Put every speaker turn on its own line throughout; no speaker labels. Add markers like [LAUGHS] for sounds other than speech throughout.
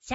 シ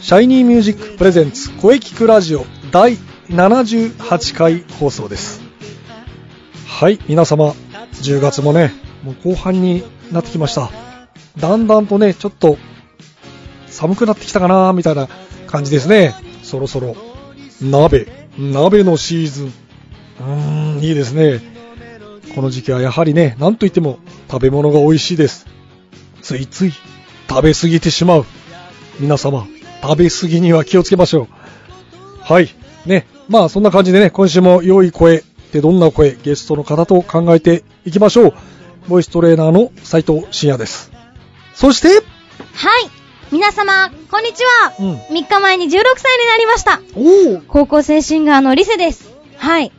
シャイニーミュージックプレゼンツ声聞くラジオ第78回放送です。はい、皆様、10月もね、もう後半になってきました。だんだんとね、ちょっと寒くなってきたかなみたいな感じですね。そろそろ、鍋、鍋のシーズン。うーん、いいですね。この時期はやはりね、なんといっても食べ物が美味しいです。ついつい食べ過ぎてしまう。皆様、食べ過ぎには気をつけましょう。はい。ね。まあ、そんな感じでね、今週も良い声ってどんな声、ゲストの方と考えていきましょう。ボイストレーナーの斉藤慎也です。そして、
はい。皆様、こんにちは。
うん
3日前に16歳になりました。
おお
高校生シンガーのリセです。はい。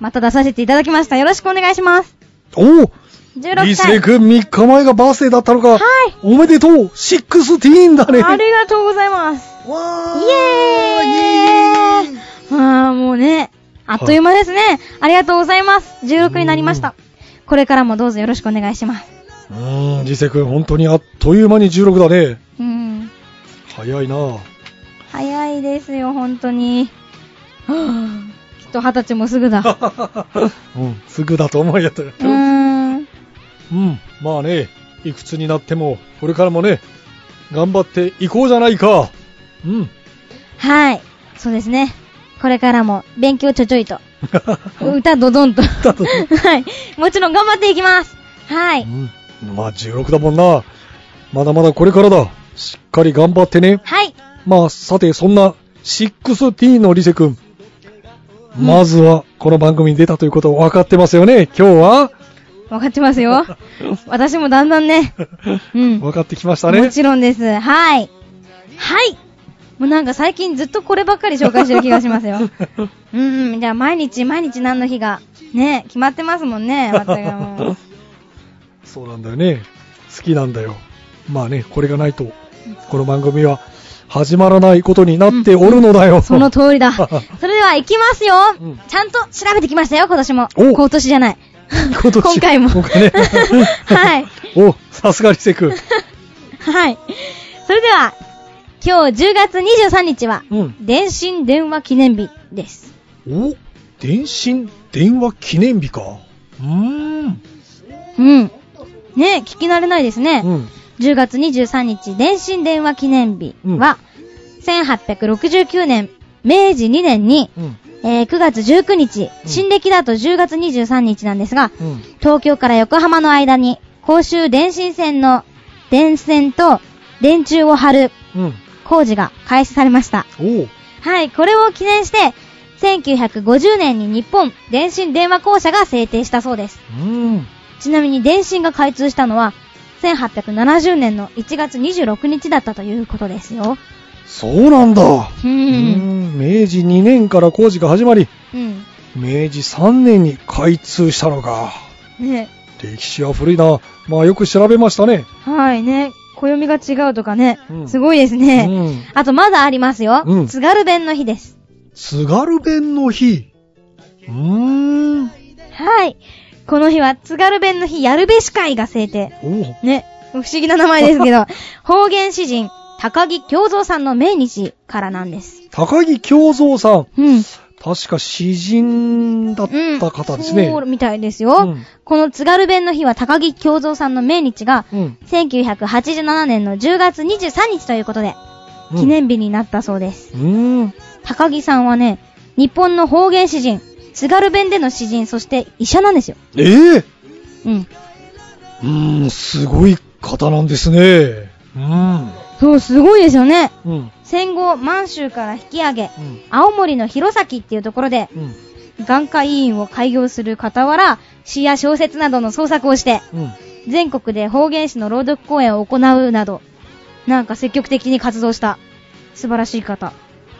また出させていただきました。よろしくお願いします。
おお
16
リス
歳。
レ君3日前がバースデーだったのか。
はい
おめでとうシックスティーンだね
ありがとうございます。
わ
イエーイあーもうね、あっという間ですね。ありがとうございます。16になりました。これからもどうぞよろしくお願いします。
うーん、リセ君本当にあっという間に16だね。
うん。
早いなぁ。
早いですよ、本当に。はぁきっと二十歳もすぐだ。
[LAUGHS]
う
うん、すぐだと思いやったよ。
ーん。
うん、まあね、いくつになっても、これからもね、頑張っていこうじゃないか。うん。
はい。そうですね。これからも勉強ちょちょいと。歌ドドンと。
歌ドドン
はい。もちろん頑張っていきます。は
う
い。
んまあ16だもんな。まだまだこれからだ。しっかり頑張ってね。
はい。
まあさて、そんな 6T のリセ君。まずは、この番組に出たということを分かってますよね。今日は、
わかってますよ。
[LAUGHS]
私もだんだんね。うん。
分かってきました
も
ね。
ちろんです。はい。はい。もうなんか最近ずっとこればっかり紹介してる気が
[LAUGHS]
しますよ。うんうん。じゃあ毎日毎日何の日が、ね、決まってますもんね。私はもう
そうなんだよね。好きなんだよ。まあね、これがないと、この番組は始まらないことになっておるのだよ。
その通り
[LAUGHS]
だ。それでは行きますよ、
うん
ちゃんと調べてきましたよ、今年も。
お
今年じゃない。 [LAUGHS]
今年
回も。
今回ね
はい。
お、さすがリセ君。
はい。それでは、今日10月23日は、
うん
電信電話記念日です。
お、電信電話記念日か。うーん。
うん。ね聞き慣れないですね。
うん。
10月23日、電信電話記念日は、1869年、明治2年に、
うん。
えー9月19日、
うん
新暦だと10月23日なんですが、
うん。
東京から横浜の間に、公衆電信線の電線と電柱を張る
うん。
工事が開始されました。
お
はい、これを記念して、1950年に日本電信電話公社が制定したそうです。
うん。
ちなみに電信が開通したのは、1870年の1月26日だったということですよ。
そうなんだ。
う。
うんん。明治2年から工事が始まり、
うん。
明治3年に開通したのか。
ね
歴史は古いな。まあよく調べましたね。
はいね。暦が違うとかね。
うん
すごいですね。
うん
あとまだありますよ。
うん
津軽弁の日です。
津軽弁の日。うーん。
はい。この日は津軽弁の日やるべし会が制定。
お
ね。不思議な名前ですけ [LAUGHS] ど、方言詩人、高木京三さんの命日からなんです。
高木京三さん。
うん。
確か詩人だっ
うん。
た方ですね。
そうみたいです
う
よ。
ん
この津軽弁の日は高木京三さんの命日が、
うん
1987年の10月23日ということで、
うん
記念日になったそうです。
うーん。
高木さんはね、日本の方言詩人、津軽弁での詩人、そして医者なんですよ。
ええ
うん。
うーん、すごい方なんですね。うん。
そう、すごいですよね。
うん。
戦後、満州から引き上げ、
うん
青森の弘前っていうところで、
うん。
眼科医院を開業する傍ら、詩や小説などの創作をして、
うん。
全国で方言詩の朗読公演を行うなど、なんか積極的に活動した、素晴らしい方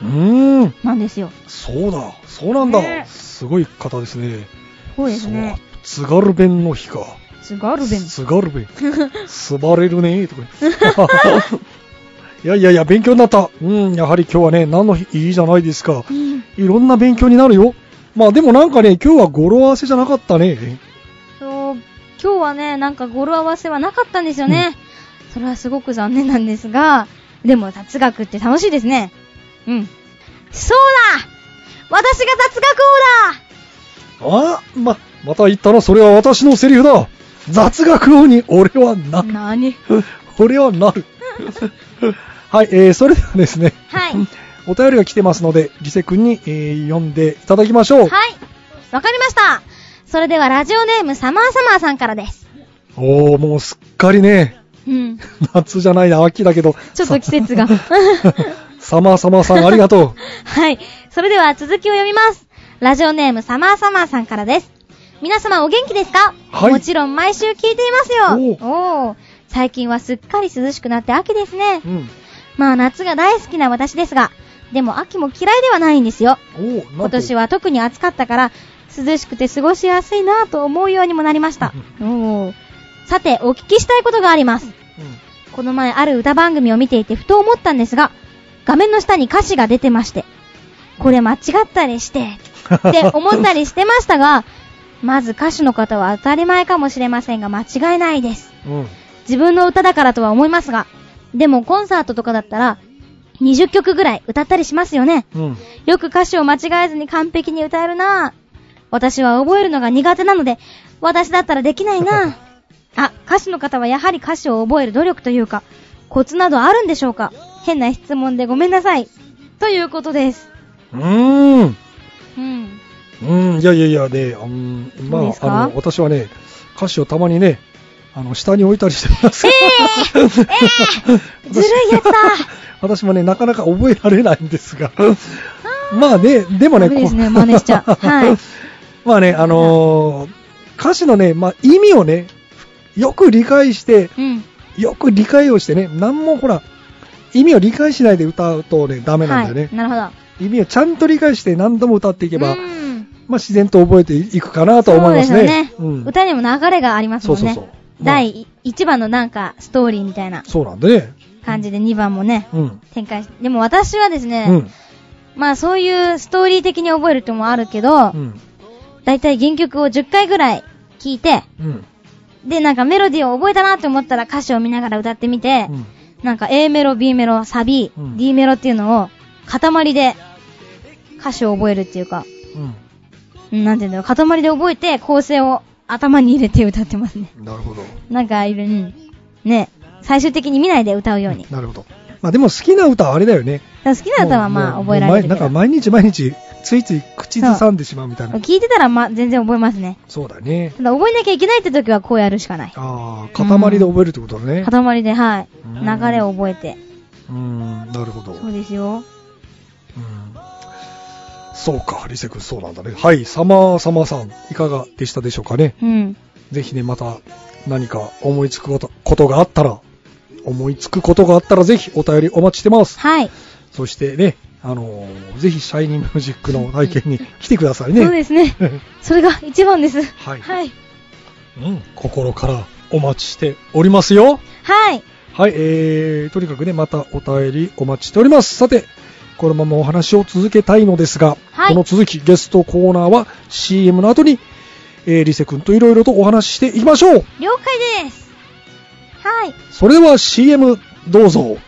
うーん。
なんですよ。
そうだ。そうなんだ。
ね
すごい方ですね。
そうですね。
そう。津軽弁の日か。
津軽弁。
津軽
[LAUGHS]
弁。すばれるねとか言って。いやいやいや、勉強になった。うん、やはり今日はね、何の日いいじゃないですか。
うん
いろんな勉強になるよ。まあでもなんかね、今日は語呂合わせじゃなかったね。
そう、今日はね、なんか語呂合わせはなかったんですよね。それはすごく残念なんですが、でも雑学って楽しいですね。うん。そうだ私が雑学王だ
あま、また言ったな、それは私のセリフだ。雑学王に俺はな、
なに
俺は
[LAUGHS]
なる。はい、えー、それではですね、
はい。
お便りが来てますので、リセ君に、えー読んでいただきましょう。
はい。わかりました。それではラジオネームサマーサマーさんからです。
おー、もうすっかりね、
うん。ち
[LAUGHS] 夏じゃないな、秋だけど。
ょっと季節が。
[LAUGHS] サマーサマーさん、ありがと
はい。それでは続きを読みます。ラジオネームサマーサマーさんからです。皆様お元気ですか
はい
もちろん毎週聞いていますよ。おー最近はすっかり涼しくなって秋ですね
う。う。ん。
まあ夏が大好きな私ですが、でも秋も嫌いではないんですよ。
おー、なんと
今年。は特に暑かったから、涼しくて過ごしやすいなぁと思うようにもなりま [LAUGHS] した。おーさて、お聞きしたいことがあります。
うん
この前ある歌番組を見ていてふと思ったんですが、画面の下に歌詞が出てまして、これ間違ったりして、って思ったりしてましたが、まず歌手の方は当たり前かもしれませんが間違いないです。
[LAUGHS] うん。
自分の歌だからとは思いますが、でもコンサートとかだったら、20曲ぐらい歌ったりしますよね。
うん。
よく歌詞を間違えずに完璧に歌えるなぁ。私は覚えるのが苦手なので、私だったらできないなぁ。 [LAUGHS] あ、歌手の方はやはり歌詞を覚える努力というか、コツなどあるんでしょうか変な質問でごめんなさい。ということです。
うーん。
うん。
うん、いやいやいや、で、うん、ま
そうです
あ、
か
あの、私はね、歌詞をたまにね、あの、下に置いたりしてます。え [LAUGHS]
ずるいやつだ
私もね、なかなか覚えられないんです
[LAUGHS]
が。まあね、でもね、
ダメですね
こう
真似し
[LAUGHS]
ちゃうはい。
まあね、あのー歌詞のね、まあ意味をね、よく理解して、
[LAUGHS] うん。
よく理解をしてね、なんもほら、意味を理解しないで歌うとね、ダメなんだよ
はい。
ね。
なるほど。
意味をちゃんと理解して何度も歌っていけば、
うん
まあ自然と覚えていくかなとは思いますね。
そうですよね。歌にも流れがありますもんね。
そうそうそうまあ
第1番のなんか、ストーリーみたいな
そうなんでね。
感じで2番もね、
うん。
展開し、でも私はですね、
うん。
まあそういうストーリー的に覚えるってのもあるけ
う
ど、
ん。
だいたい原曲を10回ぐらい聴いて、
うん。
で、なんかメロディーを覚えたなって思ったら歌詞を見ながら歌ってみて、
うん
なんか A メロ、B メロ、サビ、
うん
D メロっていうのを、塊で歌詞を覚えるっていうか、うんなんていうんだろう、塊で覚えて構成を頭に入れて歌ってますね。 [LAUGHS]
うん。なるほど。
なんかいる、うん。ね、最終的に見ないで歌うように。だ
なるほど。まあでも好きな歌はあれだよね。
から好きな歌はまあ
もう
覚えられる
も
け
うな
ど
んか。毎日毎日、ついつい口ずさんでしまうみたいな。
聞いてたらまあ全然覚えますね。
そうだね。
ただ覚えなきゃいけないって時はこうやるしかない。
ああ、塊で覚えるってことだね。
塊で、はい。
うん
流れを覚えて。
うん、なるほど。
そうですよ。
うんそうか、リセ君そうなんだね。はい、サマーサマーさん、いかがでしたでしょうかね。
うん。
ぜひね、また何か思いつくことことがあったら、思いつくことがあったら、ぜひお便りお待ちしてます。
はい。
そしてね、あのーぜひシャイニーミュージックの体験に来てくださいね。
そうですね。
[LAUGHS]
それが一番です。
はい
はい。
うん、心からお待ちしておりますよ。
はい。
はい、えー、とにかくね、またお便りお待ちしております。さて、このままお話を続けたいのですが、
はい
この続き、ゲストコーナーは CM の後に、えー、リセ君といろいろとお話ししていきましょう。
了解です。はい。
それでは CM どうぞ。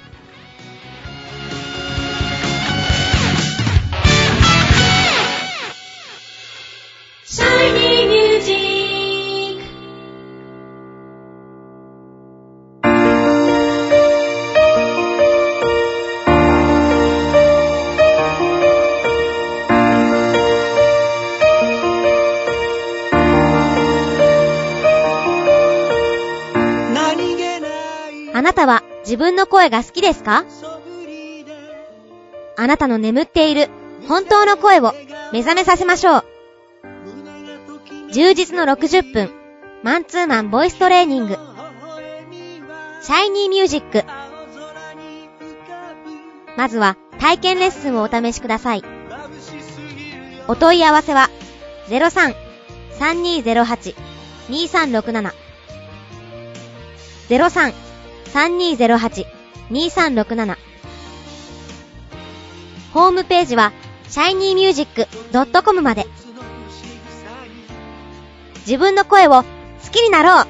あなたは自分の声が好きですかあなたの眠っている本当の声を目覚めさせましょう。充実の60分、マンツーマンボイストレーニング、シャイニーミュージック。まずは体験レッスンをお試しください。お問い合わせは、03-3208-2367。03-3208-2367。ホームページは、shinymusic.com まで。自分の声を好きになろう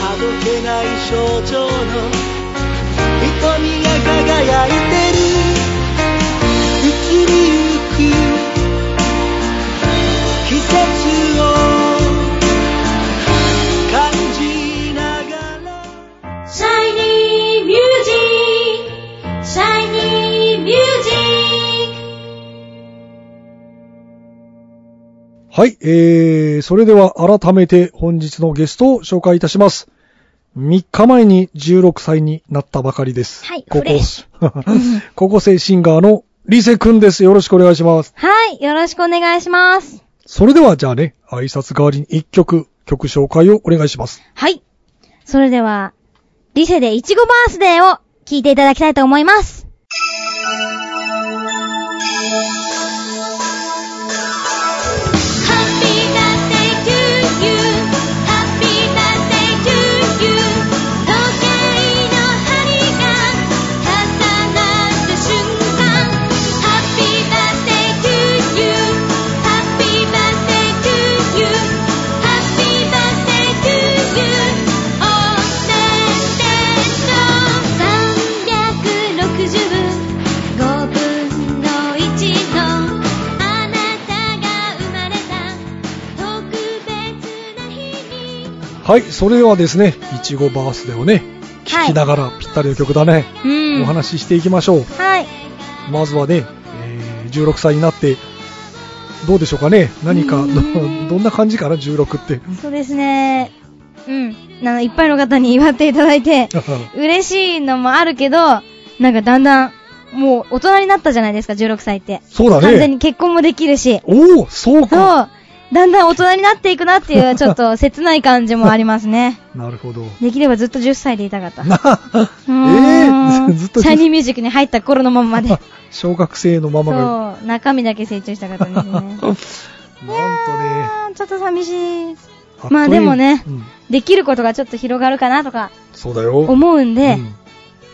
あどけない象徴の瞳が輝いてる移りゆく季節を感じながら
Shiny music, shiny music.
はい、えー、それでは改めて本日のゲストを紹介いたします。3日前に16歳になったばかりです。
はい
高
フレッ
校
シ
[LAUGHS] 高校生シンガーのリセくんです。よろしくお願いします。
はい、よろしくお願いします。
それではじゃあね、挨拶代わりに1曲、曲紹介をお願いします。
はい。それでは、リセでいちごバースデーを聞いていただきたいと思います。
Happy birthday to you, Happy birthday to you. 時計の針が重なった瞬間。Happy birthday to you, Happy birthday to you, Happy birthday to you. おめでとう。365分の1の。「あなたが生まれた特別な日に」
はい、それではですね、いちごバースデーをね、聴
は
きながらぴったりの曲だね、
うん。
お話ししていきましょう。
はい。
まずはね、えー16歳になって、どうでしょうかね何か、
う
ど、
ーん
どんな感じかな ?16 って。
そうですね。うん。あの、いっぱいの方に祝っていただいて、嬉しいのもあるけど、なんかだんだん、もう大人になったじゃないですか、16歳って。
[LAUGHS] そうだ
完全に
ね。
結婚もできるし。
おお、そう
そう。
か。
だんだん大人になっていくなってい
[LAUGHS]
う、ちょっと切ない感じもありますね。
なるほ
[LAUGHS]
ど。
できればずっと10歳でいたかった。
な、 [LAUGHS] え
うー
ー、
ん
ずずっと
シャイニーミュージックに入った頃のまんまで。そ
小学生のままが。
う、中身だけ成長したかったんです
[LAUGHS] なん
ね。
とね。
あーちょっと寂しい。
っという
まあでもね
うん
できることがちょっと広がるかなとか
そうだよ。
思うんで、 [LAUGHS]
うん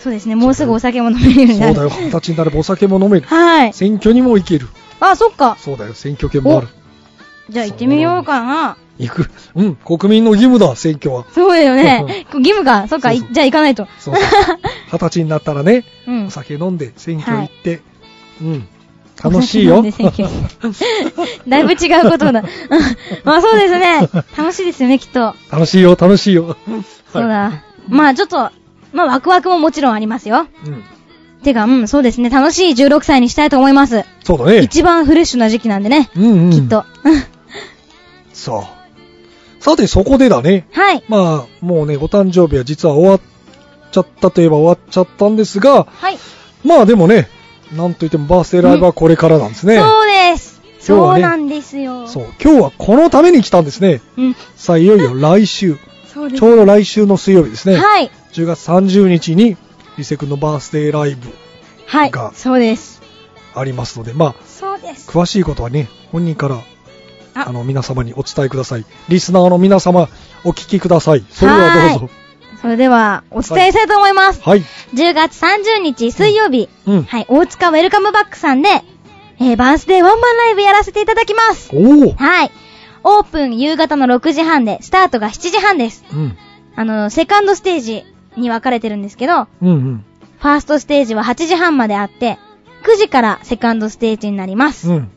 そうですね、もうすぐお酒も飲めるよう
そう
にな
だ
る。
よ。二十歳になればお酒も飲める。
はい。
選挙にも行ける。
あ、そっか。
そうだよ。選挙権もある。
じゃあ行ってみようかな。
行く。うん。国民の義務だ、選挙は。
そうだ
そ
よ
う
ね。義務か。そっか。
そう
い
そう
じゃあ行かないと。
そう
[LAUGHS]
そう。二十歳になったらね、
うん
お。酒飲んで、選挙行って、うん。楽しい
[LAUGHS]
よ。
お酒飲んで選挙 [LAUGHS] だいぶ違うことだ。うんまあそうですね。楽しいですよね、きっと。
楽しいよ、楽しいよ。
そうだ。まあちょっと、まあワクワクももちろんありますよ。
うん。
てか、うん、そうですね。楽しい16歳にしたいと思います。
そうだね。
一番フレッシュな時期なんでね。
うんうん。
きっと。。 [LAUGHS]
そう。さて、そこでだね。
はい。
まあ、もうね、ご誕生日は実は終わっちゃったといえば終わっちゃったんですが、
はい。
まあでもね、なんといってもバースデーライブはこれからなんですね。
そうです。
今日は
そう
ね
なんですよ。
そう。今日はこのために来たんですね。
うん。
さあ、いよいよ来週、
そうで
ち
す。
ょうど来週の水曜日ですね。
はい。
10月30日に、リセ君のバースデーライブ
はい
が。
そうです。
ありますので、まあ、
そうです。
詳しいことはね、本人から、
あ
あの、皆様にお伝えください。リスナーの皆様、お聞きください。それではどうぞ。
それでは、お伝えしたいと思います。
はい。
10月30日水曜日、
うん。
はい、大塚ウェルカムバックさんで、えー、バースデーワンマンライブやらせていただきます。
おお。
はい。オープン夕方の6時半で、スタートが7時半です。
うん。
あの、セカンドステージに分かれてるんですけど、
うんうん。
ファーストステージは8時半まであって、9時からセカンドステージになります。
うん。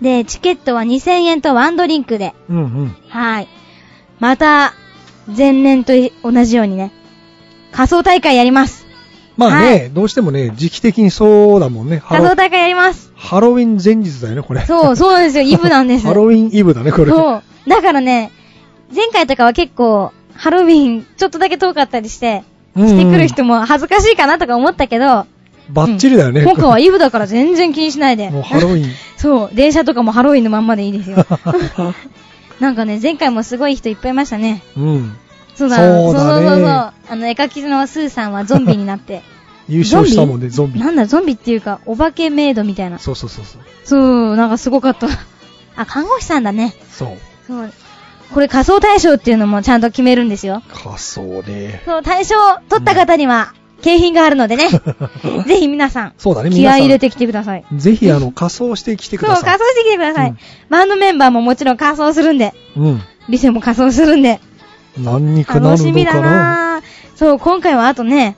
で、チケットは2000円とワンドリンクで、
うんうん。
はい。また、前年とい同じようにね、仮想大会やります。
まあね、
は
どうしてもね、時期的にそうだもんね。ハ
仮想
ロ
大会やります。
ハロウィン前日だよね、これ。
そう、そうなん
[LAUGHS]
ですよ。イブなんです。
ハロウィンイブだね、これ。
そう。だからね、前回とかは結構、ハロウィン、ちょっとだけ遠かったりして、
うんうん
してくる人も恥ずかしいかなとか思ったけど、
バッチリだよね。
今回はイブだから全然気にしないで。
もうハロウィン。
[LAUGHS] そう、電車とかもハロウィンのまんまでいいで
[LAUGHS]
すよ。なんかね、前回もすごい人いっぱいいましたね。
うん。
そうだ、
そうだね
そうそうそうそう。あの、絵描きのスーさんはゾンビになって。
優勝したもんね、ゾンビ。
なんだ、ゾンビっていうか、お化けメイドみたいな。
そうそうそうそう。
そう、なんかすごかった。 [LAUGHS] あ、看護師さんだね。
そう。
そう。これ仮想大賞っていうのもちゃんと決めるんですよ。
仮想ね。
そう、大賞取った方には、景品があるの
[LAUGHS]
でね。ぜひ皆さん、
そうだね、
気
皆
合
さ
い
ん。
入れてきてください。
ぜひ、あの、仮装してきてく
そう、
だ
仮
さい。
装してきてください。
うん
バンドメンバーももちろん仮装するんで、
うん。
リセも仮装するんで、
何にかな
楽
る
しみ
のか
だ
な
なぁ。そう、今回はあとね、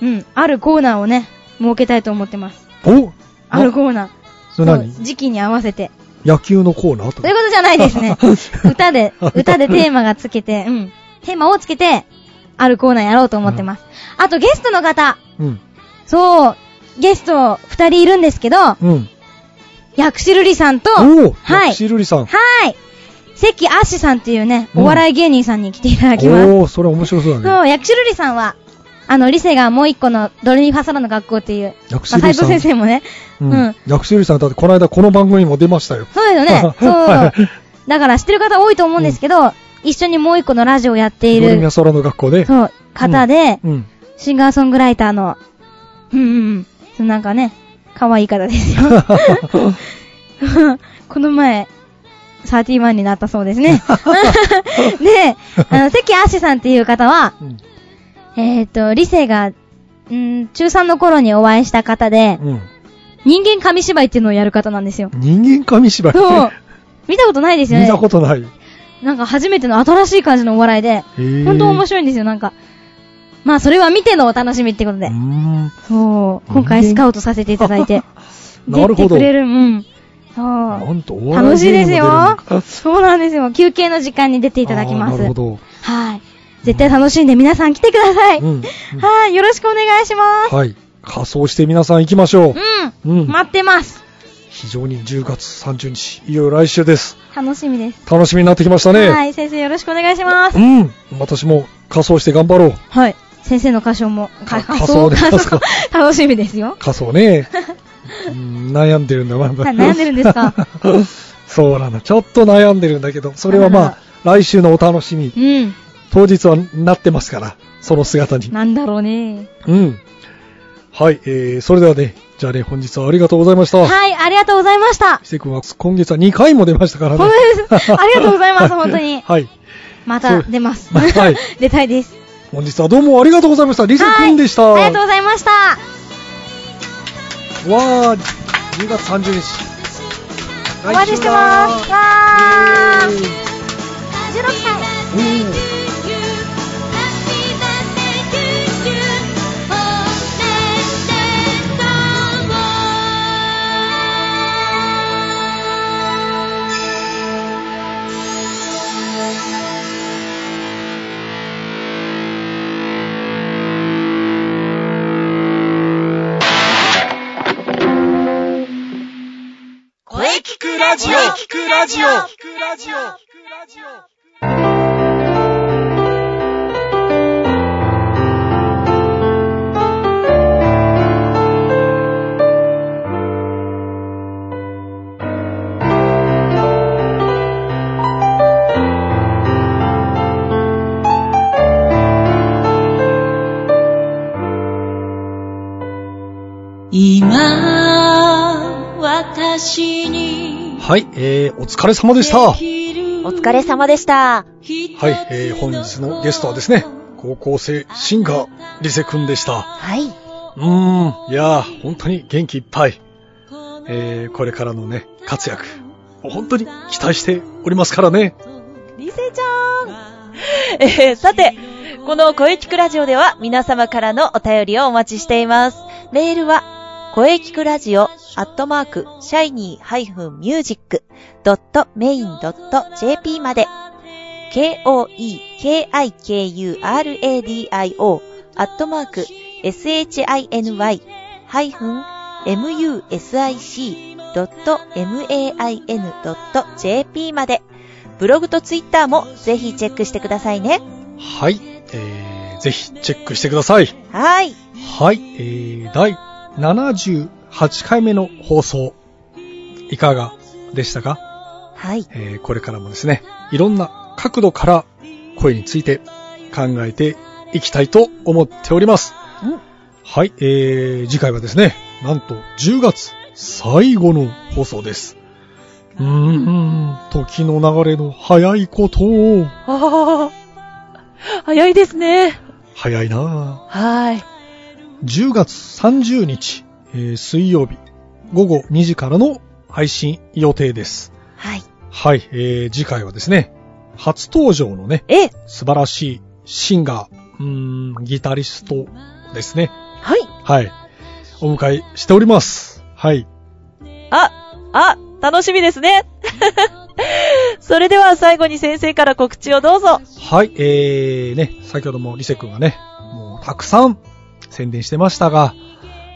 うん、あるコーナーをね、設けたいと思ってます。
うん。お
あるコーナー。
それ何
そう時期に合わせて。
野球のコーナーと
と
か
いう。ことじゃないです
[LAUGHS]
ね。歌で、歌でテーマがつけて、うん、テーマをつけて、あるコーナーやろうと思ってます。あとゲストの方、
うん。
そう、ゲスト二人いるんですけど、
うん。
薬師瑠璃さんと、
おお
はい
シルリさん。
はい。関アッシさんっていうね、
うん
お笑い芸人さんに来ていただきます。
おおそれ面白そうだ
そ
ね。
う、薬師瑠璃さんは、あの、リセがもう一個のドレミファソラの学校っていう、まあ、
薬師瑠璃さん
斉藤先生もね、
う
うん
ん。薬師ルリさん、だってこの間この番組にも出ましたよ。。
そうですよね
[LAUGHS]
そう。だから知ってる方多いと思うんですけど、一緒にもう一個のラジオをやってい
ドレミ
る
ア、ソラの学校で。
そう、方で、
うん。
シンガーソングライターの、うんうんうんそう、なんかね、可愛い方ですよ。 [LAUGHS] この前、31になったそうですね。 [LAUGHS] で、あの、関アシさんっていう方は、
[LAUGHS] うん。
えっ、と、理性が、うん、中3の頃にお会いした方で、
うん。
人間紙芝居っていうのをやる方なんです
[LAUGHS]
よ。
人間紙芝居。
そう。見たことないですよ
[LAUGHS]
ね。
見たことない。へ
なんか初めての新しい感じのお笑いで、
え。
本当面
白
白いんですよ、なんか。まあ、それは見てのお楽しみってことで
うー。ん。
そう。今回スカウトさせていただいて。
[LAUGHS] なる
出
ほど。
てくれる、うん。
な
そ
んと、お
う。
笑
楽しいです
芸人も
よ
出るのか。
そうなんですよ。休憩の時間に出ていただきま
あーな
す。
るほど。
はい。絶対楽しんで皆さん来てください。
うんうん
はい。よろしくお願いします。
はい。仮装して皆さん行きましょう。
う
うん
ん。待ってます。
非常に10月30日、いよいよ来週です。
楽しみです。
楽しみになってきましたね。
はい。先生よろしくお願いします
う。ん。私も仮装して頑張ろう。
はい。先生の歌唱も、
か
か
仮
仮
装
想、
で
仮
仮
想、楽しみですよ。
仮装
[LAUGHS]
ね。うん悩んでるんだ、まだ。
はい悩んでるんですか
[LAUGHS] そうなの。ちょっと悩んでるんだけど、それはまあ、来週のお楽しみ
う。ん。
当日はなってますから、その姿に。
なんだろうね。
うん。はい、えー、それではね、じゃあね、本日はありがとうございました。
はい。ありがとうございました。
伊勢君は今月は2回も出ましたからね
本。当です。ありがとうございます、本当に。
[LAUGHS] はい。
ま
そ
た
う
出ます。
はい
[LAUGHS] 出たいです。
本日はどうもありがとうございました。リセ君でした。
はいありがとうございました。
わー、10月30日。
お待ちしてます。わー。16歳。
うん
声聞くラジオ聞くラジオ聞くラジオ
今私に
はい、えー、お疲れ様でした。はい、
お
お疲れ様でした。
えー、本日のゲストはですね、高校生シンガー、リセ君でした。
はい。
うーん、いやー、本当に元気いっぱい。えー、これからのね、活躍、本当に期待しておりますからね。
リセちゃん。 [LAUGHS] えーさて、この声聞くラジオでは皆様からのお便りをお待ちしています。メールは、声聞くラジオ、アットマーク、シャイニー -music.main.jp まで、k-o-e-k-i-k-u-r-a-d-i-o、アットマーク、shiny-music.main.jp まで、ブログとツイッターもぜひチェックしてくださいね。
はい、えー、ぜひチェックしてください。
はい。
はい、えー、第78回目の放送、いかがでしたか、
はい。
えー、これからもですね、いろんな角度から声について考えていきたいと思っております。
うん
はい、えー、次回はですね、なんと10月最後の放送です。うーん、時の流れの早いことを、
ああ、早いですね。
早いなぁ。
はい。
10月30日、えー水曜日午後2時からの配信予定です。
はい。
はい、えー次回はですね、初登場のね、
え、
素晴らしいシンガー、うーん、ギタリストですね。
はい。
はい。お迎えしております。はい。
あ、あ、楽しみですね。 [LAUGHS] それでは最後に先生から告知をどうぞ。
はい、えー、ね、先ほどもリセ君がね、もうたくさん宣伝してましたが、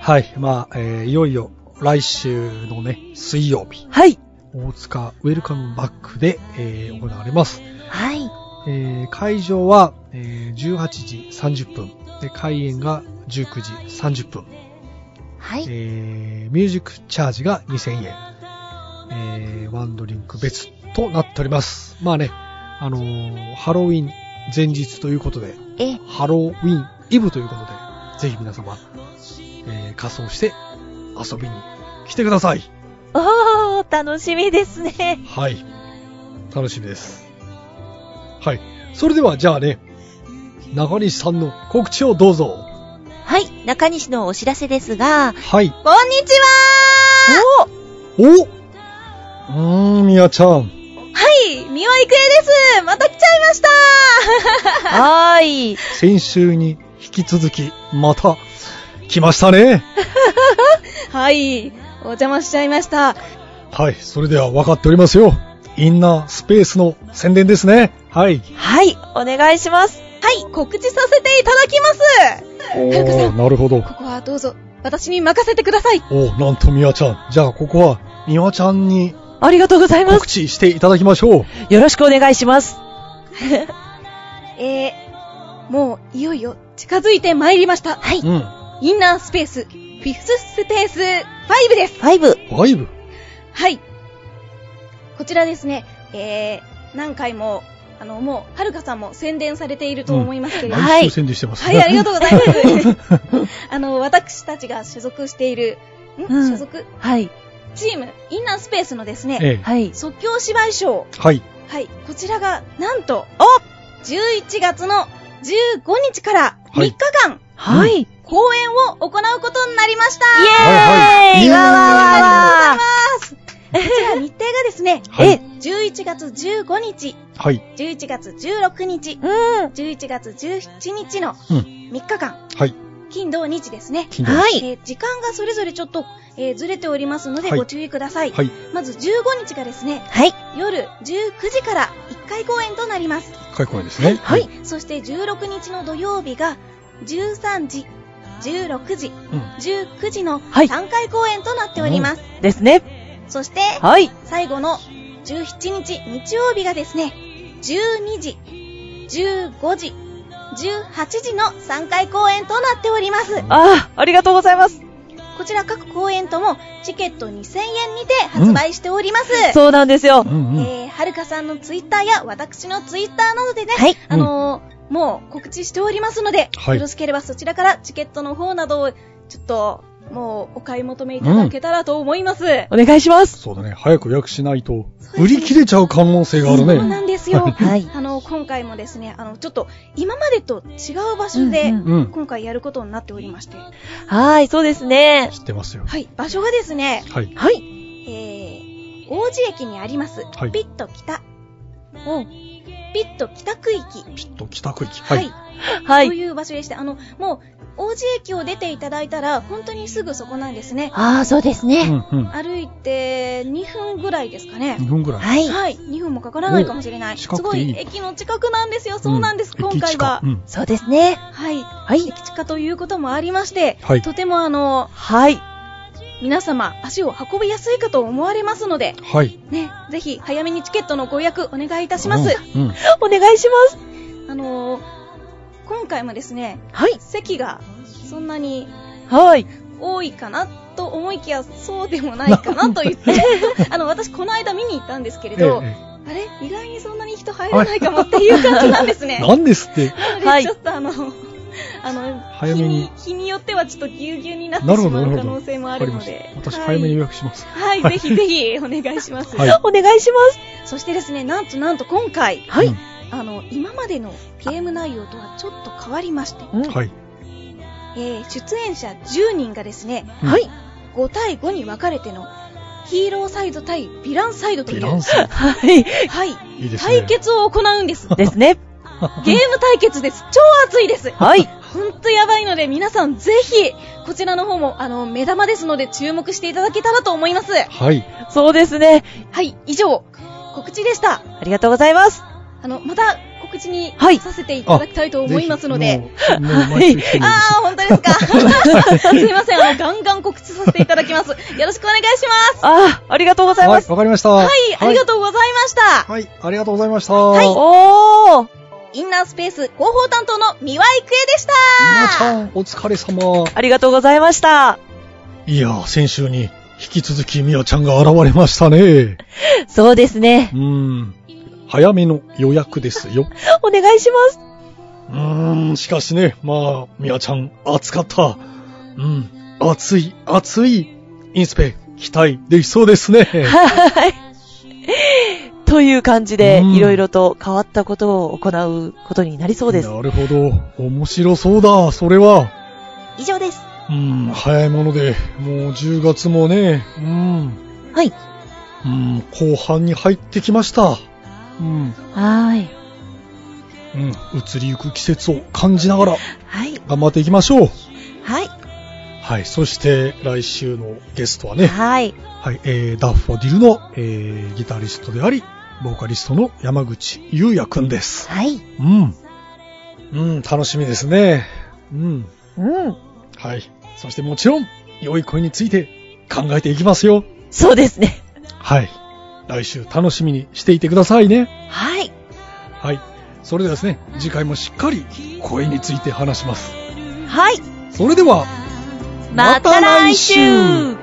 はい、まあ、えーいよいよ来週のね、水曜日、
はい。
大塚ウェルカムバックで、えー行われます。
はい。
えー会場は、えー18時30分。で、開演が19時30分。
はい。
えーミュージックチャージが2000円。えーワンドリンク別となっております。まあね、あのーハロウィン前日ということで、
え
ハロウィンイブということで、ぜひ皆様、えー仮装して遊びに来てください。
おー、楽しみですね。
はい。楽しみです。はい。それでは、じゃあね、中西さんの告知をどうぞ。
はい。中西のお知らせですが、
はい。
こんにちは
おうーん、みやちゃん。
はい、三輪郁恵です。また来ちゃいました。
お [LAUGHS] はーい。
先週に引き続き、また、来ましたね。
はい、お邪魔しちゃいました。
はい。それでは、分かっておりますよ。インナースペースの宣伝ですね。はい。
はい。お願いします。
はい、告知させていただきます。
おー、なるほど。
ここはどうぞ、私に任せてください。
おー、なんとみやちゃん。じゃあ、ここは、みやちゃんに
ありがとうございま
告
す。
知していただきましょう。
よろしくお願いします。
えー、もういよいよ近づいてまいりました。はい。
うん。
インナースペース、フィフススペース5です。
5。
ワイブ。
はい。こちらですね、えー、何回も、あの、もう、はるかさんも宣伝されていると思いますけれども、
はい
毎週宣伝してます
は
ね。
い、ありがとうございます。 [LAUGHS] あの、私たちが所属している、ん、
うん
所属
はい。
チーム、インナースペースのですね、
ええ。
はい。
即興芝居賞、
はい。
はい、こちらが、なんと、11月の15日から3日間、
はい。
公演を行うことになりました
はいはい
イエーイわーわ
あ
ーわ
りがとうございます。こちら日程がですね、
はい
え
11月15日、
はい。
11月16日、
ーうん。
11月17日の
うん
3日間、
はい。
金土日ですね。
金
は
は
え
い
ー時間がそれぞれちょっと、えーずれておりますので
はい
ご注意ください。
い。
まず15日がですね、
はい。
夜19時から1回公演となります。
開講ですね。
はい。
そして16日の土曜日が13時、16時、
うん。
19時の
はい
3回公演となっております。
ですね。
そして、
はい。
最後の17日日曜日がですね、12時、15時、18時の3回公演となっております。
あー、ありがとうございます。
こちら各公演ともチケット2000円にて発売しております。
そうなんですよ
う。んうん。
えー、はるかさんのツイッターや私のツイッターなどでね、
はい
あのーもう告知しておりますので、
はい
よろしければそちらからチケットの方などをちょっともうお買い求めいただけたらと思います。
お願いします。
そうだね。早く予約しないと、
ね
売り切れちゃう可能性がある
そう
ね。
なんですよ。
はい
あの、今回もですね、あの、ちょっと、今までと違う場所で
うん、
うん。
今回やることになっておりまして。
はい、そうですね。
知ってますよ。
はい、場所がですね、
はい。
はい。
えー、王子駅にあります、
はい
ピット北、
うん。
ピット北区域。
ピッと北区域。
は
はいい。。
は
と
い。
いう場所でして、あの、もう、王子駅を出ていただいたら、本当にすぐそこなんですね。
あー、そうです
う
ね。
んうん。
歩いて2分ぐらいですかね
2。分ぐらい。
はい。
はい、2分もかからないかもしれない。
お
す
近く
ご
ていい
い駅の近くなんですよ。そうなんです、
う
今回は
駅近。うん。
そうですね。
はい。
はい。
駅近ということもありまして、
はい
とてもあの、
はい。
皆様足を運びやすいかと思われますので、
はい。
ね、ぜひ早めにチケットのご予約お願いいたします。
うん。うん
お願いします。
あのー今回もですね、
はい。
席がそんなに
はい。
多いかなと思いきや、そうでもないかなと言 [LAUGHS] って、あの、私この間見に行ったんですけれど、
え
あれ意外にそんなに人入らないかもっていう感じなんです
え
ね。
何ですって。
なの
はい
でちょっ
[LAUGHS]
とあの、あの、
早めに
日日によってはちょっとぎゅうぎゅうになって
なる
し
ほど、
ま
な
う
る
可
ほど。
能性もあるの
わか
で
り。ました私、早めに予
はい
約します。
はい、ぜひぜひお願いします。
はい
お願いします。
そしてですね、なんとなんと今回、
はい
うん
あの、今までのゲーム内容とはちょっと変わりまして、
うん
はい。
えー出演者10人がですね、
うん
はい。
5対5に分かれての、ヒーローサイド対ヴィランサイドとい
ヴィ
う、
ランさ
はい。
はい、
ん。いいですね。
対決を行うんです。
ですね。
ゲーム対決です。超熱いです。
はい。
ほんとやばいので、皆さんぜひ、こちらの方も、あの、目玉ですので注目していただけたらと思います。
はい。
そうですね。
はい、以上、告知でした。
ありがとうございます。
あの、また告知に
はい
させていただきたいと思いますので。
ぜひ。もう、もう毎週来てもいいです
ああ、本当ですか。
[LAUGHS]
すいません、あの、ガンガン告知させていただきます。よろしくお願いします。
ああ、ありがとうござい
は
ま
い、
す。
わかりました。は
はい、ありが
う。
とうございました。
はい、ありがとうございました。
おー。
インナースペース広報担当の三輪郁恵でした。
皆さん、お疲れ様。
ありがとうございました。
いやー、先週に引き続きみやちゃんが現れましたね。
そうですね。
うーん。早めの予約ですよ。
お願いします。
うーん、しかしね、まあ、みやちゃん、暑かった。うん、暑い、暑い。インスペ、期待できそうですね。
はい。 [LAUGHS] という感じで
う、ん
いろいろと変わったことを行うことになりそうです。
なるほど。面白そうだ、それは。
以上です。
うん、早いもので、もう10月もね、うん。
はい。
うん、後半に入ってきました。うん、
はい。
うん、移りゆく季節を感じながら
はい。
頑張っていきましょう。
はい。
はい、そして来週のゲストはね、
はい。
はい、えー、ダッフォディルの、えー、ギタリストであり、ボーカリストの山口優也くんです。
[LAUGHS] はい。
うん。うん、楽しみですね。うん。
うん。
はい。そしてもちろん、良い声について考えていきますよ。
そうですね。
はい。来週楽しみにしていてくださいね。
はい。
はい。それではですね、次回もしっかり声について話します。
はい。
それでは、
また来週